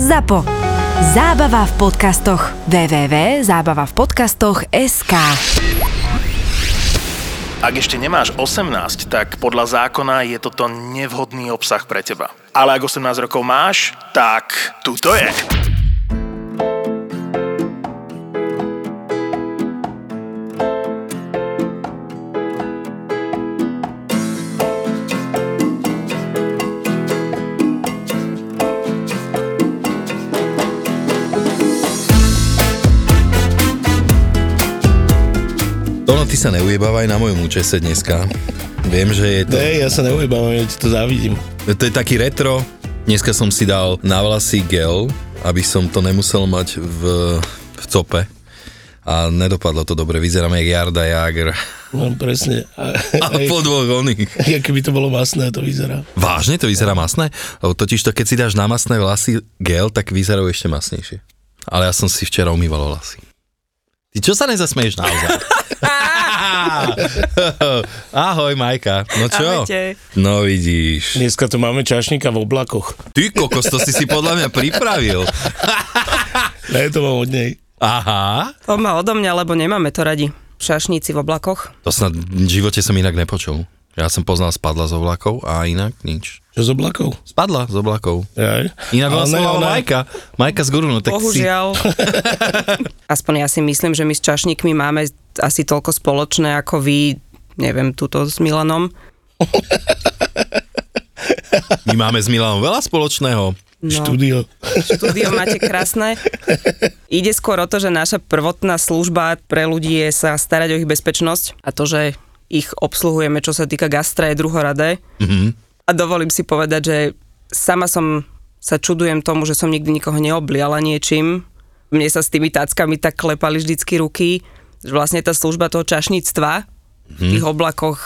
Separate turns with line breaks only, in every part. ZAPO. Zábava v podcastoch. www.zábavavpodcastoch.sk
Ak ešte nemáš 18, tak podľa zákona je toto nevhodný obsah pre teba. Ale ak 18 rokov máš, tak tu to je.
Tono, ty sa neujebávaj na mojom účese dneska. Viem, že je to,
Ne, ja sa neujebám, ja ti to závidím.
to je taký retro. Dneska som si dal na vlasy gel, aby som to nemusel mať v, v cope. A nedopadlo to dobre, vyzeráme jak Jarda Jager.
No presne. A,
A
aj,
po dvoch oných.
aké by to bolo masné, to vyzerá.
Vážne to vyzerá masné? Lebo totiž to, keď si dáš na masné vlasy gel, tak vyzerajú ešte masnejšie. Ale ja som si včera umýval vlasy. Ty čo sa nezasmeješ naozaj? Ahoj, Majka. No čo?
Ahojte.
No vidíš.
Dneska tu máme čašníka v oblakoch.
Ty kokos, to si si podľa mňa pripravil.
Ne, to mám od nej.
Aha.
On má odo mňa, lebo nemáme to radi. Šašníci v oblakoch.
To snad v živote som inak nepočul. Ja som poznal spadla z oblakov a inak nič.
Čo z oblakov?
Spadla z oblakov.
Jaj.
Inak
Ale
vás
ne,
volala
ona-
Majka. Majka z Gurunu, tak
Bohužiaľ. Aspoň ja si myslím, že my s čašníkmi máme asi toľko spoločné ako vy, neviem, tuto s Milanom.
si... My máme s Milanom veľa spoločného.
Štúdio.
Štúdio máte krásne. Ide skôr o to, že naša prvotná služba pre ľudí je sa starať o ich bezpečnosť a to, že ich obsluhujeme, čo sa týka gastra, je druhoradé.
Mhm.
A dovolím si povedať, že sama som sa čudujem tomu, že som nikdy nikoho neobliala niečím. Mne sa s tými táckami tak klepali vždycky ruky, že vlastne tá služba toho čašníctva v tých oblakoch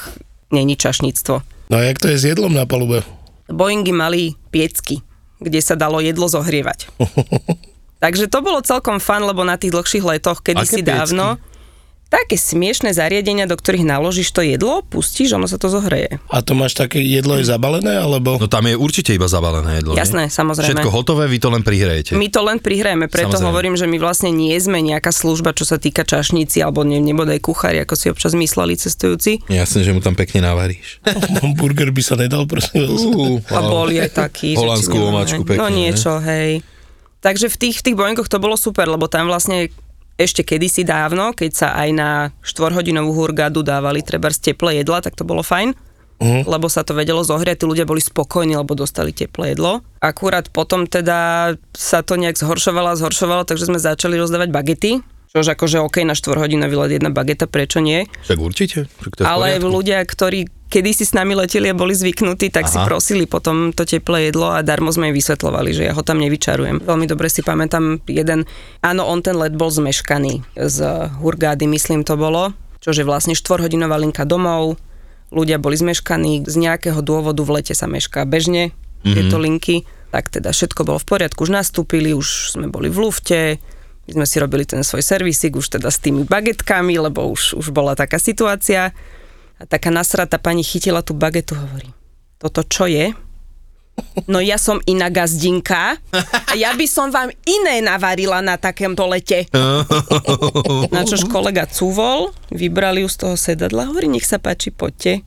není čašníctvo.
No a jak to je s jedlom na palube?
Boeingy mali piecky, kde sa dalo jedlo zohrievať. Takže to bolo celkom fan, lebo na tých dlhších letoch,
Aké
kedysi
piecky?
dávno, také smiešne zariadenia, do ktorých naložíš to jedlo, pustíš, ono sa to zohreje.
A to máš také jedlo je zabalené, alebo...
No tam je určite iba zabalené jedlo. nie?
Jasné, samozrejme.
Všetko hotové, vy to len prihrejete.
My to len prihrajeme,
Samozrejme.
preto Samozrejme. hovorím, že my vlastne nie sme nejaká služba, čo sa týka čašníci alebo ne, nebodaj kuchári, ako si občas mysleli cestujúci.
Jasné, že mu tam pekne navaríš.
Burger by sa nedal, prosím vás.
No. Uú,
A boli aj takí. že
Holandskú
či nemáme.
omáčku pekne.
No
ne?
niečo, hej. Takže v tých, v tých boinkoch to bolo super, lebo tam vlastne ešte kedysi dávno, keď sa aj na štvorhodinovú hurgadu dávali treba z teplé jedla, tak to bolo fajn.
Mhm.
Lebo sa to vedelo zohriať, tí ľudia boli spokojní, lebo dostali teplé jedlo. Akurát potom teda sa to nejak zhoršovalo a zhoršovalo, takže sme začali rozdávať bagety. Čož akože OK, na štvorhodinový let jedna bageta, prečo nie?
Však určite. Však to je v
Ale
poriadku.
ľudia, ktorí kedysi s nami leteli a boli zvyknutí, tak Aha. si
Aha.
prosili potom to teplé jedlo a darmo sme im vysvetlovali, že ja ho tam nevyčarujem. Veľmi dobre si pamätám jeden, áno, on ten let bol zmeškaný z Hurgády, myslím to bolo, čo je vlastne štvorhodinová linka domov, ľudia boli zmeškaní, z nejakého dôvodu v lete sa mešká bežne tieto linky, tak teda všetko bolo v poriadku, už nastúpili, už sme boli v lufte, my sme si robili ten svoj servisik už teda s tými bagetkami, lebo už, už bola taká situácia. A taká nasratá pani chytila tú bagetu, hovorí, toto čo je? No ja som iná gazdinka a ja by som vám iné navarila na takémto lete. Na čož kolega cúvol, vybrali ju z toho sedadla, hovorí, nech sa páči, poďte.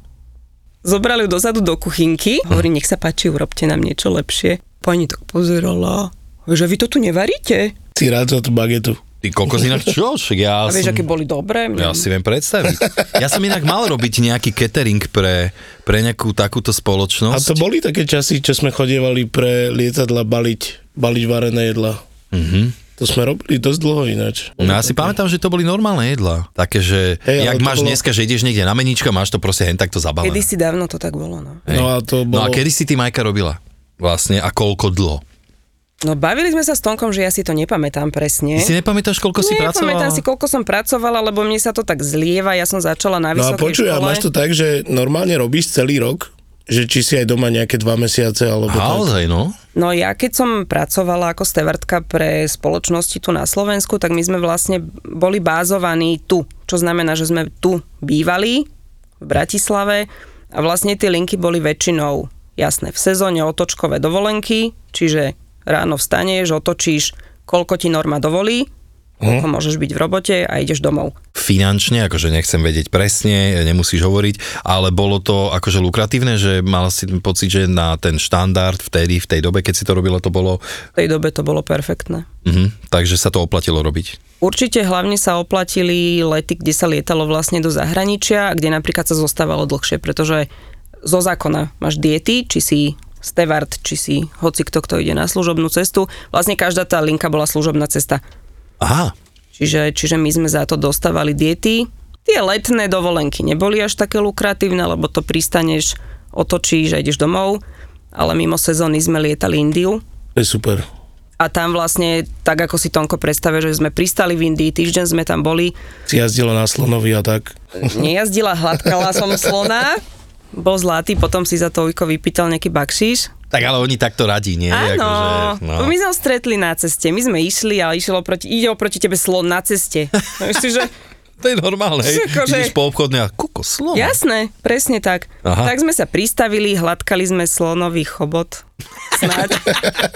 Zobrali ju dozadu do kuchynky, hovorí, nech sa páči, urobte nám niečo lepšie. Pani tak pozerala, že vy to tu nevaríte.
Si rád za tú bagetu.
Ty kokos inak čo? Však ja
A
som...
vieš, aké boli dobré? Mne-
Ja si viem predstaviť. Ja som inak mal robiť nejaký catering pre, pre nejakú takúto
A
spoločnosť.
to boli také časy, čo sme chodievali pre lietadla baliť, baliť varené jedla.
Mhm.
To sme robili dosť dlho ináč.
No ja si pamätám, že to boli normálne jedlá. Také, že
Hej, ale
jak
to
máš
bolo-
dneska, že ideš niekde na menička, máš to proste hen takto zabalené.
Kedy si dávno to tak bolo, no.
Hej.
No a to
No a
bolo...
kedy si ty Majka robila? Vlastne a koľko dlho?
No bavili sme sa s Tonkom, že ja si to nepamätám presne.
Ty si nepamätáš, koľko si pracovala?
Nepamätám si, koľko som pracovala, lebo mne sa to tak zlieva. Ja som začala na
No a
vysokej
počuj, a
škole.
máš to tak, že normálne robíš celý rok, že či si aj doma nejaké dva mesiace, alebo tak.
Naozaj, no.
No ja keď som pracovala ako stevartka pre spoločnosti tu na Slovensku, tak my sme vlastne boli bázovaní tu, čo znamená, že sme tu bývali v Bratislave a vlastne tie linky boli väčšinou jasné v sezóne otočkové dovolenky, čiže ráno vstaneš, otočíš, koľko ti norma dovolí,
Mhm.
koľko môžeš byť v robote a ideš domov.
Finančne, akože nechcem vedieť presne, nemusíš hovoriť, ale bolo to akože lukratívne, že mal si ten pocit, že na ten štandard vtedy, v tej dobe, keď si to robila, to bolo...
V tej dobe to bolo perfektné.
Mhm, takže sa to oplatilo robiť.
Určite hlavne sa oplatili lety, kde sa lietalo vlastne do zahraničia, kde napríklad sa zostávalo dlhšie, pretože zo zákona máš diety, či si stevard, či si hoci kto, kto ide na služobnú cestu. Vlastne každá tá linka bola služobná cesta.
Aha,
Čiže, čiže my sme za to dostávali diety. Tie letné dovolenky neboli až také lukratívne, lebo to pristaneš, otočíš a ideš domov, ale mimo sezóny sme lietali Indiu
To je super.
a tam vlastne, tak ako si Tonko predstavil, že sme pristali v Indii, týždeň sme tam boli,
Si jazdila na slonovi a tak.
Hm?
nejazdila, hladkala som slona, bol zlatý, potom si za to Ujko vypýtal nejaký bakšiš.
tak ale oni takto radí, nie?
Áno,
Akože, no.
my sme ho stretli na ceste, my sme išli a išiel oproti, ide oproti tebe slon na ceste. No, Vieš si, že
To je normálne, hej.
Akože-
Ideš po obchodne a kuko, slon.
Jasné, presne tak.
No. Aha.
Aha. Tak sme sa pristavili, hladkali sme slonový chobot. Snáď.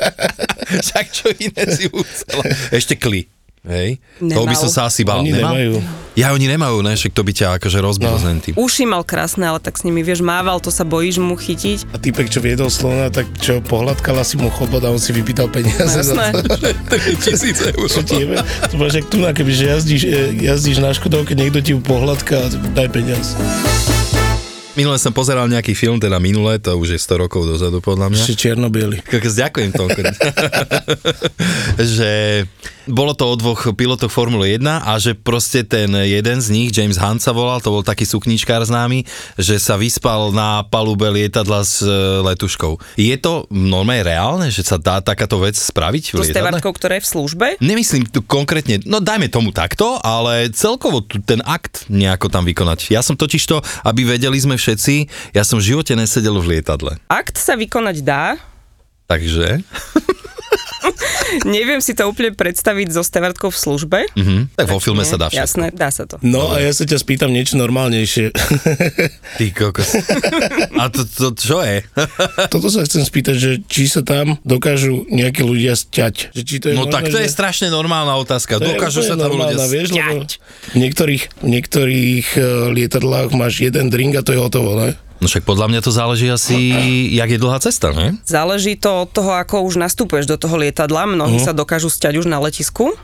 Však čo iné si musela. Ešte kli. Hej. Toho by
Nemal.
som sa asi bál.
Oni
Nemal?
nemajú.
Ja, oni nemajú, ne? Však to by ťa akože rozbil no. s tým.
Uši mal krásne, ale tak s nimi, vieš, mával, to sa bojíš mu chytiť.
A týpek, čo viedol slona, tak čo, pohľadkala si mu chobot a on si vypýtal peniaze.
Jasné.
Za to.
3000 eur.
Čo ti jebe? To máš jak tu, na, kebyže jazdíš, e, jazdíš na Škodovke, niekto ti ju pohľadka, daj peniaz.
Minule som pozeral nejaký film, teda minule, to už je 100 rokov dozadu podľa mňa.
Ešte čierno-biely.
Kokos, ďakujem Tonko. že bolo to o dvoch pilotoch Formule 1 a že proste ten jeden z nich, James Hunt sa volal, to bol taký sukničkár známy, že sa vyspal na palube lietadla s e, letuškou. Je to normálne reálne, že sa dá takáto vec spraviť v
So
lietadle?
stevartkou, ktorá je v službe.
Nemyslím tu konkrétne, no dajme tomu takto, ale celkovo tu ten akt nejako tam vykonať. Ja som totiž to, aby vedeli sme všetci, ja som v živote nesedel v lietadle.
Akt sa vykonať dá,
Takže...
neviem si to úplne predstaviť so stevartkou v službe.
Mhm. Tak vo filme sa dá všetko.
Jasné, dá sa to.
No a ja sa ťa spýtam niečo normálnejšie.
Ty kokos. A to, to čo je?
Toto sa chcem spýtať, že či sa tam dokážu nejakí ľudia sťať. Že či to je
No tak to
normálne,
je
že-
strašne normálna otázka.
To je
Dokážu
úplne
sa tam ľudia...
normálna, vieš, lebo
sťať?
v niektorých, v niektorých eh, lietadlách máš jeden drink a to je hotovo, ne?
No však podľa mňa to záleží asi, jak je dlhá cesta, ne?
Záleží to od toho, ako už nastúpeš do toho lietadla. Mnohí
Mhm.
sa dokážu sťať už na letisku.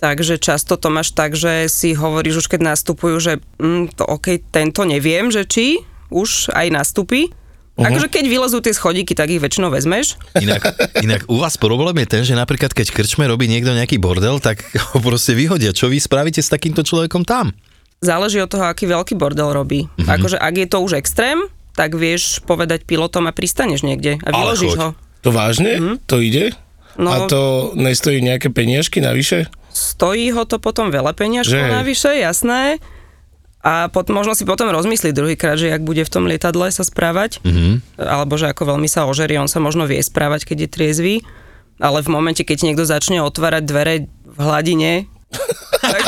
Takže často to máš tak, že si hovoríš už keď nastupujú, že mm, to OK, tento neviem, že či už aj nastupí.
Mhm.
Akože keď vylezú tie schodíky, tak ich väčšinou vezmeš.
Inak, inak u vás problém je ten, že napríklad keď krčme robí niekto nejaký bordel, tak ho proste vyhodia. Čo vy spravíte s takýmto človekom tam?
Záleží od toho, aký veľký bordel robí.
Mhm.
Akože ak je to už extrém, tak vieš povedať pilotom a pristaneš niekde a
Ale
vyložíš
choď.
ho.
To vážne?
Mhm.
To ide?
No.
A to nestojí nejaké peniažky navyše?
stojí ho to potom veľa peňažkov
Že?
navyše, jasné. A pot, možno si potom rozmyslí druhýkrát, že jak bude v tom lietadle sa správať, mm-hmm. alebo že ako veľmi sa ožerie, on sa možno vie správať, keď je triezvy, ale v momente, keď niekto začne otvárať dvere v hladine, tak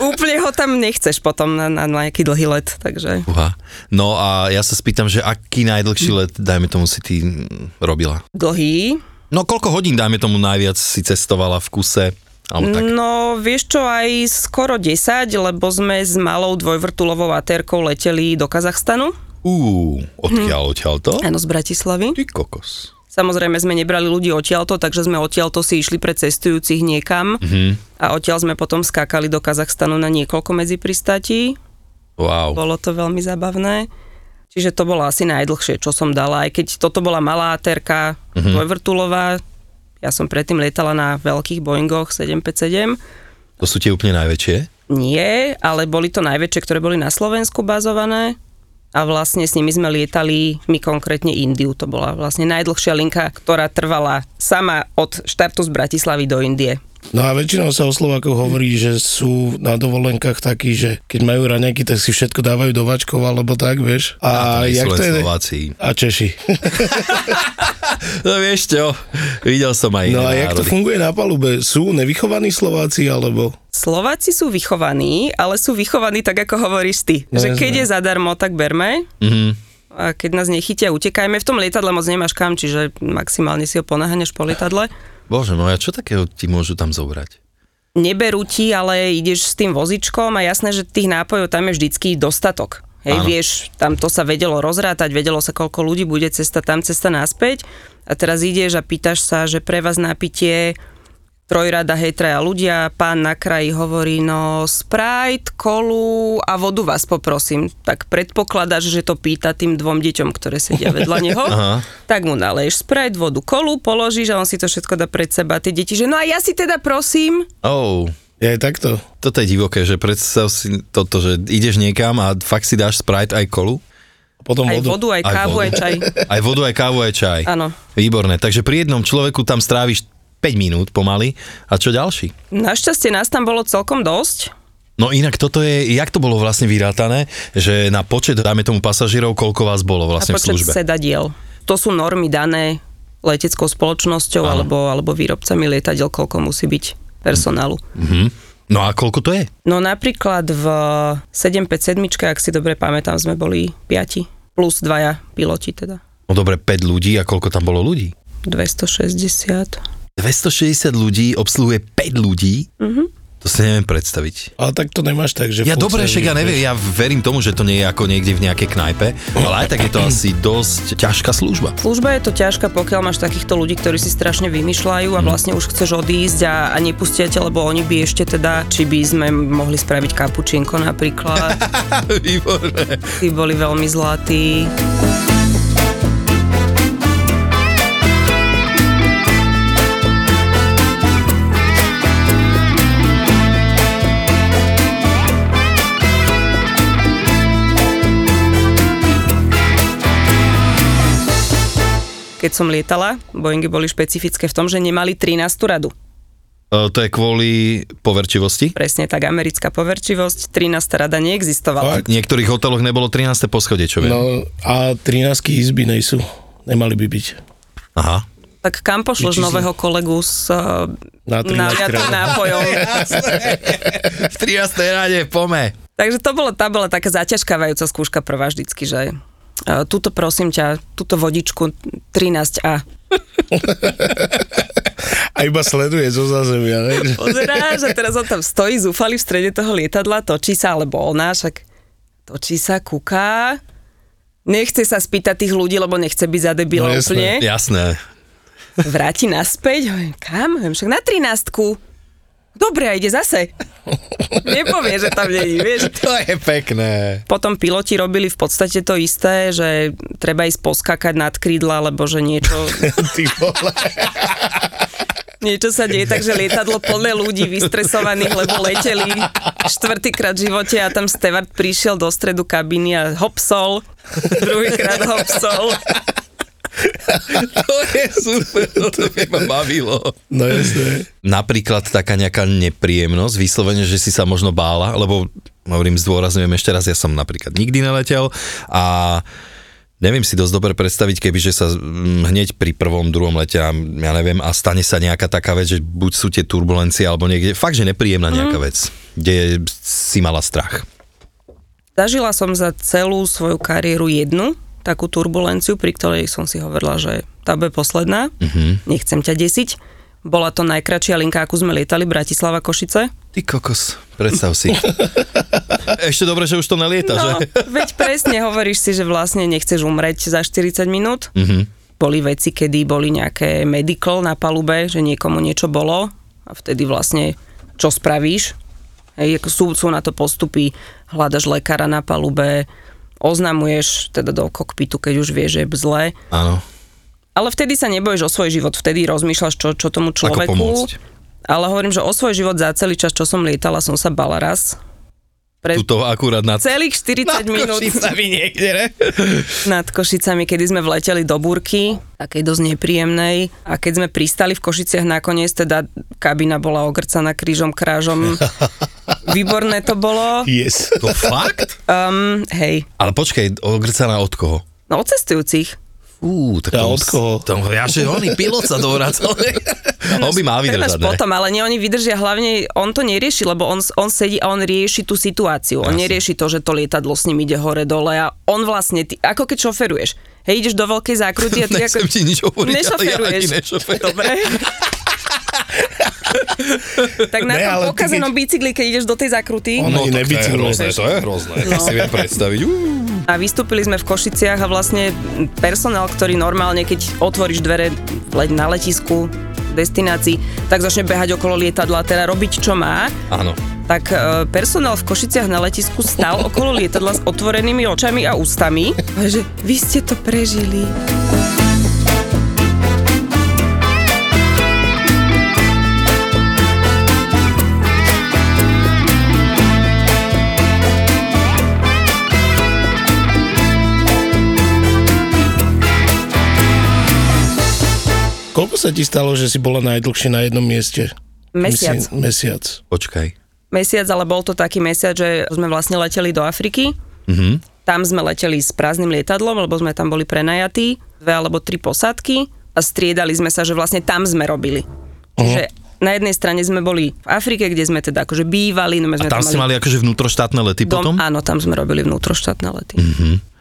úplne ho tam nechceš potom na, na nejaký dlhý let, takže
Uha. No a ja sa spýtam, že aký najdlhší let, dajme tomu, si ty mm, robila?
dlhý.
No koľko hodín, dajme tomu, najviac si cestovala v kuse? Alebo tak.
No, vieš čo, aj skoro 10, lebo sme s malou dvojvrtulovou atérkou leteli do Kazachstanu,
Uú, odkiaľ, odtiaľ to?
áno z Bratislavy.
Ty kokos.
Samozrejme sme nebrali ľudí odtiaľto, takže sme odtiaľto si išli pre cestujúcich niekam mm-hmm. a odtiaľ sme potom skákali do Kazachstanu na niekoľko medzipristatí.
Wow.
Bolo to veľmi zabavné. Čiže to bolo asi najdlhšie, čo som dala, aj keď toto bola malá terka mm-hmm. dvojvrtulová. Ja som predtým lietala na veľkých Boeingoch 757.
To sú tie úplne najväčšie?
Nie, ale boli to najväčšie, ktoré boli na Slovensku bazované a vlastne s nimi sme lietali, my konkrétne Indiu, to bola vlastne najdlhšia linka, ktorá trvala sama od štartu z Bratislavy do Indie.
No a väčšinou sa o Slovákoch hovorí, že sú na dovolenkách takí, že keď majú raňaky, tak si všetko dávajú do vačkov alebo tak, vieš. A,
to nie sú
jak
len
to je...
Slováci.
A Češi.
No vieš čo, videl som aj iné
No a jak to
národy.
funguje na palube? Sú nevychovaní Slováci alebo...
Slováci sú vychovaní, ale sú vychovaní tak, ako hovoríš ty.
No,
že
jasné.
keď je zadarmo, tak berme.
Mhm.
A a keď nás nechytia, utekajme. V tom lietadle moc nemáš kam, čiže maximálne si ho ponaháňaš po lietadle.
Bože môj, a čo takého ti môžu tam zobrať?
Neberú ti, ale ideš s tým vozičkom a jasné, že tých nápojov tam je vždycky dostatok. Hej,
Áno.
vieš, tam to sa vedelo rozrátať, vedelo sa, koľko ľudí bude cesta tam, cesta naspäť. A teraz ideš a pýtaš sa, že pre vás napitie trojrada, hej, traja ľudia, pán na kraji hovorí, no Sprite, kolu a vodu vás poprosím. Tak predpokladaš, že to pýta tým dvom deťom, ktoré sedia vedľa neho.
Aha.
Tak mu naleješ Sprite, vodu, kolu, položíš a on si to všetko dá pred seba. Tie deti, že no a ja si teda prosím.
Oh,
Je aj takto.
toto je divoké, že predstav si toto, že ideš niekam a fakt si dáš Sprite aj kolu?
Potom
Aj
vodu.
vodu, aj kávu, aj čaj.
Aj vodu, aj kávu, aj čaj.
Áno.
Výborné. Takže pri jednom človeku tam stráviš 5 minút pomaly. A čo ďalší?
Našťastie nás tam bolo celkom dosť.
No inak toto je, jak to bolo vlastne vyrátané, že na počet, dáme tomu pasažierov, koľko vás bolo vlastne
a
v
počet
službe?
sedadiel. To sú normy dané leteckou spoločnosťou
Áno.
alebo, alebo výrobcami lietadiel, koľko musí byť personálu.
Mhm. No a koľko to je?
No napríklad v 757, ak si dobre pamätám, sme boli 5 plus dvaja piloti teda.
No dobre, 5 ľudí a koľko tam bolo ľudí?
260.
260 ľudí obsluhuje 5 ľudí?
Mhm.
To si neviem predstaviť.
Ale tak to nemáš tak, že...
Ja
furt
dobre,
sa
však ja
vyjebeš.
neviem, ja verím tomu, že to nie je ako niekde v nejakej knajpe, ale aj tak je to asi dosť ťažká služba.
Služba je to ťažká, pokiaľ máš takýchto ľudí, ktorí si strašne vymýšľajú a vlastne už chceš odísť a, a nepustia ťa, lebo oni by ešte teda, či by sme mohli spraviť kapučinko napríklad.
Výborné. E,
Tí boli veľmi zlatí. Keď som lietala, Boeingy boli špecifické v tom, že nemali 13. radu.
To je kvôli poverčivosti?
Presne tak, americká poverčivosť, 13. rada neexistovala.
V niektorých hoteloch nebolo 13. poschodie, čo viem. No.
No a 13 izby nejsú. Nemali by byť.
Aha.
Tak kam pošleš
Vyčísli.
nového kolegu s uh,
Na 13
naliatým
krát.
nápojom?
V 13. rade, pome.
Takže to bola, tá bola taká zaťažkávajúca skúška prvá vždycky, že uh, túto prosím ťa, túto vodičku 13A.
A iba sleduje zo zázemia, ne?
Pozeráš a teraz on tam stojí zúfalý v strede toho lietadla, točí sa, alebo ona však točí sa, kúka. Nechce sa spýtať tých ľudí, lebo nechce byť za debila
No jasné.
úplne.
Jasné.
vráti naspäť, hovorím, kam? Hovorím, však na 13 Dobre, a ide zase. Nepovie, že tam není, vieš.
To je pekné.
Potom piloti robili v podstate to isté, že treba ísť poskakať nad krídla, lebo že niečo,
Ty vole.
niečo sa deje, takže lietadlo plné ľudí vystresovaných, lebo leteli štvrtýkrát v živote a tam Stewart prišiel do stredu kabíny a hopsol, druhýkrát hopsol.
To je super, to by ma bavilo.
No jasné.
Napríklad taká nejaká nepríjemnosť, vyslovene, že si sa možno bála, lebo hovorím, zdôrazňujem ešte raz, ja som napríklad nikdy neletel a neviem si dosť dobre predstaviť, keby že sa mm, hneď pri prvom, druhom lete, a ja neviem, a stane sa nejaká taká vec, že buď sú tie turbulencie, alebo niekde, fakt, že nepríjemná nejaká vec, kde si mala strach.
Zažila som za celú svoju kariéru jednu takú turbulenciu, pri ktorej som si hovorila, že tá bude posledná, mm-hmm. nechcem ťa desiť. Bola to najkračšia linka, akú sme lietali, Bratislava, Košice.
Ty kokos, predstav si. ešte dobre, že už to nelieta, že?
No, veď presne hovoríš si, že vlastne nechceš umrieť za 40 minút.
Mhm.
Boli veci, kedy boli nejaké medical na palube, že niekomu niečo bolo a vtedy vlastne čo spravíš? Hej, ako sú, sú na to postupy, hľadaš lekára na palube, oznamuješ teda do kokpitu, keď už vieš, že je zle.
Áno.
Ale vtedy sa nebojíš o svoj život, vtedy rozmýšľaš, čo, čo tomu človeku.
pomôcť.
Ale hovorím, že o svoj život za celý čas, čo som lietala, som sa bala raz. Pre
Tuto akurát na
celých 40 minút
niekde, ne?
nad Košicami, kedy sme vleteli do Burky, takej dosť nepríjemnej. A keď sme pristali v Košiciach nakoniec, teda kabina bola ogrcaná krížom, krážom. Výborné to bolo.
Yes.
To fakt?
Um, hej,
Ale počkej, ogrcaná od koho?
no od cestujúcich.
Fú, tak
Tá
tomu-
od koho?
Tomu, ja, že oný pilot sa dovracal.
pre nás,
On by mal
pre nás
vydržať, ne?
potom, ale nie, oni vydržia hlavne, on to nerieši, lebo on, on sedí a on rieši tú situáciu. On
Jasne.
nerieši to, že to lietadlo s ním ide hore-dole a on vlastne, ty, ako keď šoferuješ. Hej, ideš do veľkej zákruty a ty ako...
Nechcem ti nič hovoriť, ale ja
nešoferuješ.
ani nešoferujem.
Dobre. tak na
Ne, ale ty
tom pokazenom bicykli, keď ideš do tej zákruty,
On- ani
No, tak
nebicykluje.
to je hrozné. No. Si viem predstaviť. Uú.
A vystúpili sme v Košiciach a vlastne personál, ktorý normálne, keď otvoríš dvere leď na letisku destinácii, tak začne behať okolo lietadla, teda robiť čo má,
Áno.
tak e, personál v Košiciach na letisku stal okolo lietadla s otvorenými očami a ústami. A že vy ste to prežili.
Koľko sa ti stalo, že si bola najdlhšie na jednom mieste?
Mesiac.
Myslím, mesiac.
Počkaj.
mesiac, ale bol to taký mesiac, že sme vlastne leteli do Afriky.
Mhm.
Mm-hmm. Tam sme leteli s prázdnym lietadlom, lebo sme tam boli prenajatí, dve alebo tri posádky a striedali sme sa, že vlastne tam sme robili.
Mhm.
Čiže na jednej strane sme boli v Afrike, kde sme teda akože bývali. No
A
my sme
tam
tu
ste mali akože vnútroštátne lety potom?
dom, áno, tam sme robili vnútroštátne lety.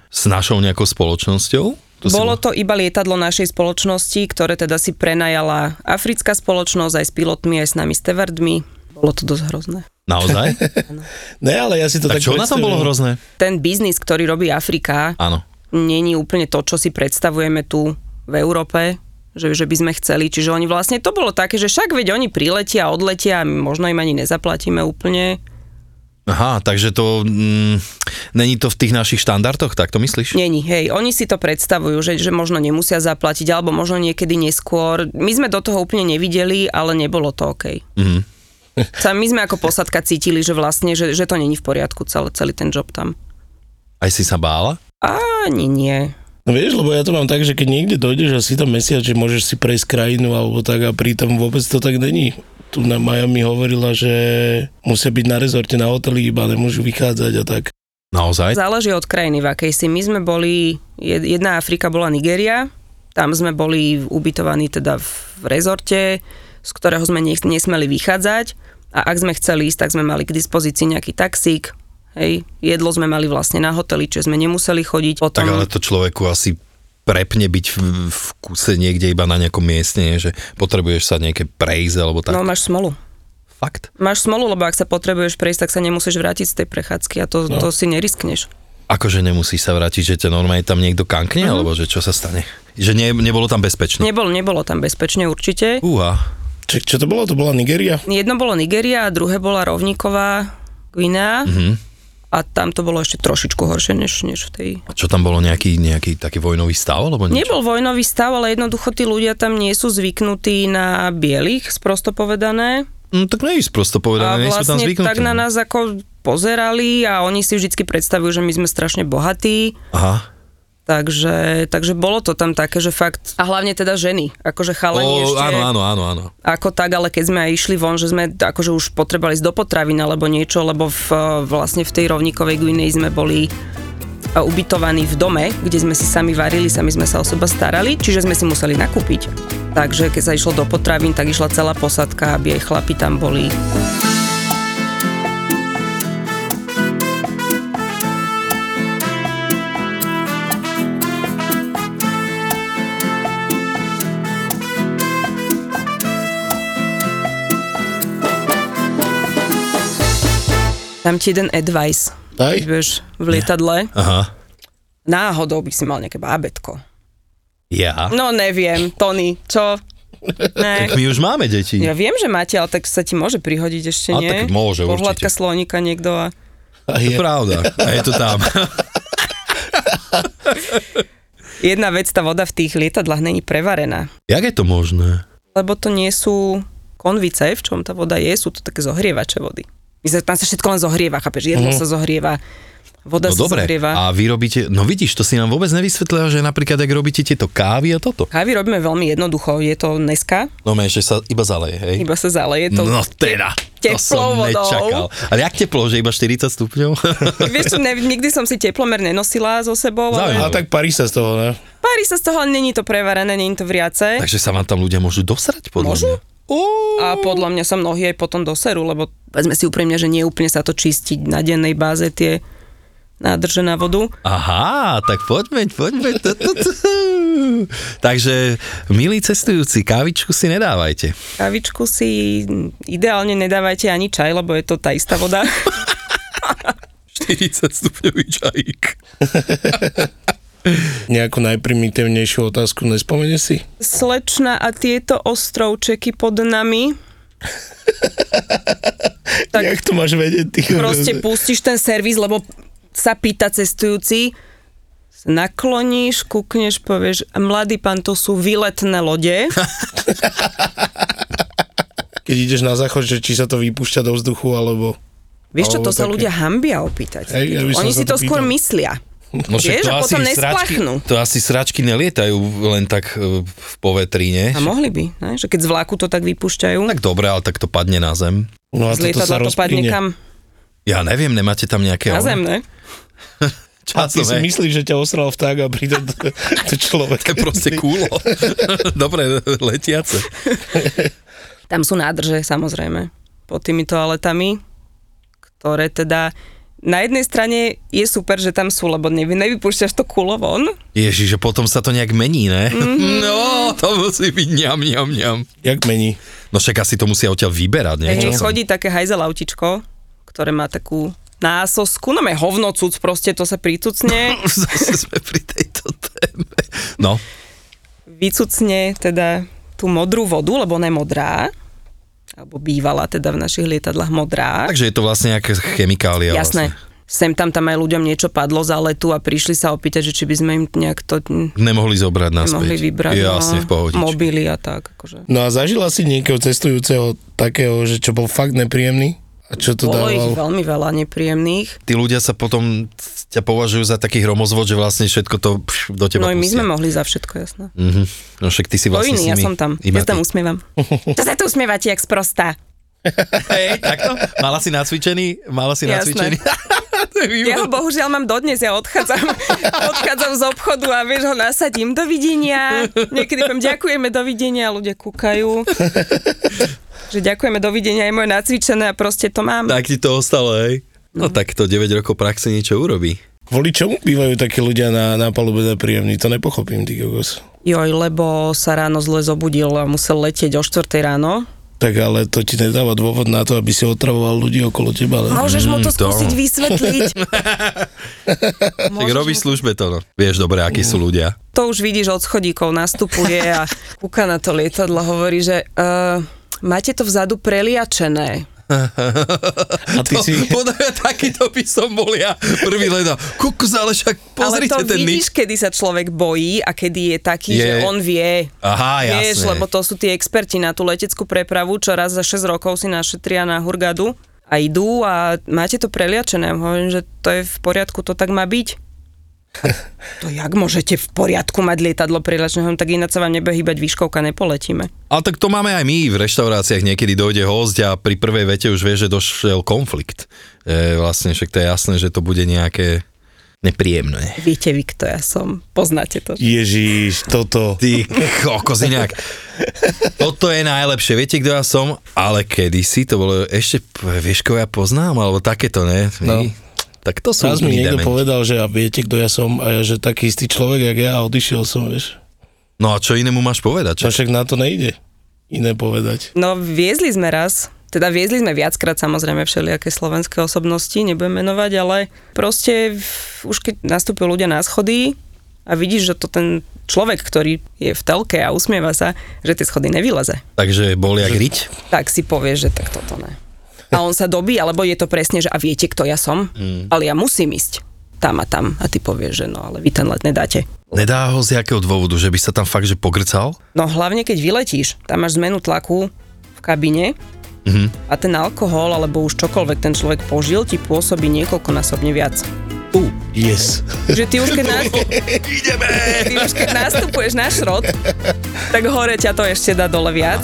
S našou nejakou spoločnosťou? To si
Bolo
mal-
to iba lietadlo našej spoločnosti, ktoré teda si prenajala africká spoločnosť aj s pilotmi, aj s nami stevardmi. Bolo to dosť hrozné.
Naozaj?
Ne, ale ja si to
tak
tak,
čo na tom bolo
predstavujem.
hrozné?
Ten biznis, ktorý robí Afrika,
Áno.
není úplne to, čo si predstavujeme tu v Európe, že, že by sme chceli. Čiže oni vlastne, to bolo také, že však veď oni priletia, odletia a my možno im ani nezaplatíme úplne.
Aha, takže to... Mm, není to v tých našich štandardoch, tak to myslíš?
Není, hej, oni si to predstavujú, že, že možno nemusia zaplatiť, alebo možno niekedy neskôr. My sme do toho úplne nevideli, ale nebolo to OK.
Mhm.
Sa- My sme ako posadka cítili, že vlastne, že, že to není v poriadku celý, celý ten job tam.
Aj si sa bála?
Ani nie.
No vieš, lebo ja to mám tak, že keď niekde dojdeš a si tam mesiac, že môžeš si prejsť krajinu alebo tak a pritom vôbec to tak není. Tu na Maja mi hovorila, že musia byť na rezorte, na hoteli, iba nemôžu vychádzať a tak.
Naozaj?
Záleží od krajiny, v akej si. My sme boli, jed- jedna Afrika bola Nigeria, tam sme boli ubytovaní teda v rezorte, z ktorého sme nech- nesmeli vychádzať a ak sme chceli ísť, tak sme mali k dispozícii nejaký taxík, hej, jedlo sme mali vlastne na hoteli, čiže sme nemuseli chodiť. Potom,
Tak ale to človeku asi prepne byť v, v kuse niekde iba na nejakom mieste, nie? že potrebuješ sa nejaké prejsť alebo tak.
No máš smolu.
Fakt?
Máš smolu, lebo ak sa potrebuješ prejsť, tak sa nemusíš vrátiť z tej prechádzky a to, no. to si neriskneš.
Akože nemusíš sa vrátiť, že ťa normálne tam niekto
Mhm.
kankne, alebo že čo sa stane? Že ne, nebolo tam bezpečné.
Nebol, nebolo tam bezpečne určite.
Uha.
Čo, čo to bolo? To bola Nigeria?
Jedno bolo Nigeria a druhé bola rovníková Gvinea.
Mhm.
Mm-hmm. A tam to bolo ešte trošičku horšie než, než v tej...
A čo tam bolo nejaký, nejaký taký vojnový stav? Alebo niečo?
Nebol vojnový stav, ale jednoducho tí ľudia tam nie sú zvyknutí na bielých, sprosto povedané.
No tak nejsť prosto
A
povedané, nie sú tam
vlastne
zvyknutí.
tak na nás ako pozerali a oni si vždycky predstavujú, že my sme strašne bohatí.
Aha.
Takže, takže bolo to tam také, že fakt... A hlavne teda ženy, akože chalani
O,
ešte...
áno, áno, áno, áno.
ako tak, ale keď sme aj išli von, že sme akože už potrebovali ísť do potravín alebo niečo, lebo v, vlastne v tej rovníkovej Guinei sme boli a, ubytovaní v dome, kde sme si sami varili, sami sme sa o seba starali, čiže sme si museli nakúpiť. Takže keď sa išlo do potravín, tak išla celá posadka, aby aj chlapi tam boli. Tam ti jeden advice,
Aj?
keď budeš v lietadle.
Aha.
Náhodou by si mal nejaké bábetko.
Ja.
No neviem, Tony, čo? Ne.
Tak my už máme deti.
Ja viem, že máte, ale tak sa ti môže prihodiť ešte,
A
nie?
tak môže, určite.
Pohľadka slónika niekto a...
Aj
To je
je.
pravda. A je to tam.
Jedna vec, tá voda v tých lietadlách není prevarená.
Jak je to možné?
Lebo to nie sú konvice, v čom tá voda je, sú to také zohrievače vody. My sa, tam sa všetko len zohrieva, chápeš? Jedlo sa zohrieva,
Mhm.
voda
No
sa
dobre,
zohrieva.
a vy robíte, no vidíš, to si nám vôbec nevysvetlila, že napríklad, ak robíte tieto kávy a toto.
Kávy robíme veľmi jednoducho, je to neska,
No men, že sa iba zaleje, hej?
iba sa zaleje to.
No teda, to
teplou
som
vodou.
nečakal. Ale jak teplo, že iba 40 stupňov?
Vieš čo, ne, nikdy som si teplomer nenosila so sebou,
Zaujímavé.
A
ale
tak parí sa z toho, ne?
pári sa z toho, ale není to prevarené, není to vriace.
Takže sa vám tam ľudia môžu dosrať, podľa
Môžu?
mňa.
A podľa mňa sa mnohí aj potom doserú, lebo sme si úprimne, že neúplne sa to čistiť na dennej báze tie nádrže na vodu.
Aha, tak poďme, poďme. Tu, tu, tu. Takže, milí cestujúci, kávičku si nedávajte.
Kavičku si ideálne nedávajte ani čaj, lebo je to tá istá voda.
40 stupňový čajík.
Nejakú najprimitívnejšiu otázku nespomene si?
Slečna a tieto ostrovčeky pod nami.
Tak Jak to máš vedieť? Ty
Proste pustíš ten servis, lebo sa pýta cestujúci, sa nakloníš, kúkneš, povieš, mladý pán, to sú vyletné lode.
Keď ideš na záchod, že či sa to vypúšťa do vzduchu, alebo...
Vieš čo,
Alebo
to sa
také.
ľudia hambia opýtať.
Hej, ja by som
Oni
sa
si
to
to skôr
pýtal.
myslia.
No však
Vieš, a potom
sračky,
nesplachnú.
to asi sračky nelietajú len tak e, v povetri, nie?
A mohli by, ne? že keď z vlaku to tak vypúšťajú,
Tak dobre, ale tak to padne na zem.
No a
z
toto sa
lietadla to padne
rozplyne.
kam?
Ja neviem, nemáte tam nejaké...
Na
ale-
zem, ne?
A ty si
Časové.
myslíš, že ťa osral vták a príde to, to človek.
To je proste kúlo. Dobre, letiace.
Tam sú nádrže, samozrejme, pod tými toaletami, ktoré teda... Na jednej strane je super, že tam sú, lebo nevy, nevypúšťaš to kulo von.
Ježiš, že potom sa to nejak mení, ne?
Mhm.
No, to musí byť ňam, ňam, ňam.
Jak mení?
No však asi to musia odtiaľ vyberať, nie?
Hej,
Čo?
chodí také hajzel autičko, ktoré má takú násosku, no je hovno cuc, proste to sa prícucne,
Zase sme pri tejto téme. No,
vycucne teda tú modrú vodu, lebo ona je modrá, alebo bývala teda v našich lietadlách modrá.
takže je to vlastne nejaká chemikália.
Jasné.
Vlastne.
Sem tam tam aj ľuďom niečo padlo za letu a prišli sa opýtať, že či by sme im nejak to
Nemohli zobrať naspäť.
mohli vybrať.
Jasne,
no,
v pohodičke.
Mobily a tak. Akože.
No a zažila si niekoho cestujúceho takého, že čo bol fakt nepríjemný? A čo
No,
to
Bolo ich
dával?
veľmi veľa nepríjemných.
Tí ľudia sa potom ťa považujú za taký hromozvod, že vlastne všetko to pš, do teba
No i my
pustia.
sme mohli za všetko, jasné.
Mhm. No však ty si
To
vlastne s
iný, ja
nimi
som tam.
iba
Ja sa tam
ty.
usmievam. Čo sa tu usmievate, jak sprostá?
Hej, takto? Mala si nacvičený? Mala si
Jasné.
nacvičený? To je výborné.
Ja ho bohužiaľ mám dodnes, ja odchádzam, odchádzam z obchodu a vieš, ho nasadím, dovidenia. Niekedy poviem, ďakujeme, dovidenia, a ľudia kúkajú. Že ďakujeme, dovidenia, je moje nacvičené a proste to mám.
Tak ti to ostalo, hej? No tak to 9 rokov praxe niečo urobí.
Kvôli čomu bývajú takí ľudia na, na palube nepríjemní? To nepochopím, ty kokos.
Joj, lebo sa ráno zle zobudil a musel letieť o 4 ráno.
Tak ale to ti nedáva dôvod na to, aby si otravoval ľudí okolo teba. Ale...
Môžeš mu to
Mm, to-
skúsiť vysvetliť.
Tak
Môžeš Uh.
robíš službe to, no. Vieš dobre, akí sú ľudia.
mu- To už vidíš od schodíkov, nastupuje a kúka na to lietadlo, hovorí, že uh, máte to vzadu preliačené.
A ty si...
Podľa mňa takýto by som bol ja. Prvý leda. Kukus, ale však pozrite
Ale to
ten nič.
vidíš, kedy sa človek bojí a kedy je taký,
Je-
je... že on vie.
Aha, jasné.
Vieš, lebo to sú tí experti na tú leteckú prepravu, čo raz za 6 rokov si našetria na Hurgadu a idú a máte to preliačené. Hovorím, že to je v poriadku, to tak má byť. To jak môžete v poriadku mať lietadlo preliačené? Hovorím, tak ináč sa vám nebude hýbať výškovka, nepoletíme.
Ale tak to máme aj my v reštauráciách. Niekedy dojde host a pri prvej vete už vie, že došiel konflikt. E, vlastne však to je jasné, že to bude nejaké nepríjemné.
Viete vy, kto ja som. Poznáte to.
Ježíš, toto.
Ty kokos inak. Toto je najlepšie. Viete, kto ja som? Ale kedysi to bolo ešte, vieš, koho ja poznám? Alebo takéto, ne? No. Tak to sú
Raz mi
iní
niekto
dementi.
povedal, že a viete, kto ja som a ja, že taký istý človek, jak ja a odišiel som, vieš.
No a čo inému máš povedať? Čo?
Čo však na to nejde iné povedať.
No, viezli sme raz, teda viezli sme viackrát samozrejme všelijaké slovenské osobnosti, nebudem menovať, ale proste v- už keď nastúpil ľudia na schody a vidíš, že to ten človek, ktorý je v telke a usmieva sa, že tie schody nevyleze,
Takže bol jak riť?
tak si povieš, že tak toto ne. A on sa dobí, alebo je to presne, že a viete, kto ja som, mm. ale ja musím ísť tam a tam. A ty povieš, že no, ale vy ten let nedáte.
Nedá ho z jakého dôvodu, že by sa tam fakt, že pogrcal?
No hlavne keď vyletíš, tam máš zmenu tlaku v kabine a ten alkohol alebo už čokoľvek ten človek požil ti pôsobí niekoľkonásobne viac.
Yes.
Že ty už keď, nás... ty už keď nastupuješ na šrot, tak hore ťa to ešte dá dole viac.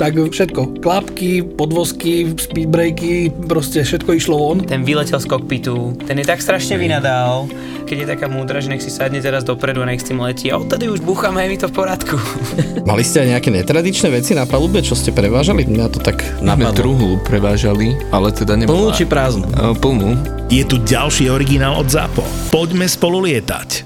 tak všetko, klapky, podvozky, speedbreaky, proste všetko išlo von.
Ten vyletel z kokpitu, ten je tak strašne vynadal, keď je taká múdra, že nech si sadne teraz dopredu a nech s tým letí. A odtedy už búchame, je mi to v poradku.
Mali ste aj nejaké netradičné veci na palube, čo ste prevážali? Mňa to tak
Sme
napadlo.
truhlu prevážali, ale teda
Plnú
nebola...
či prázdnu?
E, Plnú.
Je tu ďalší originál od ZAPO. Poďme spolu lietať.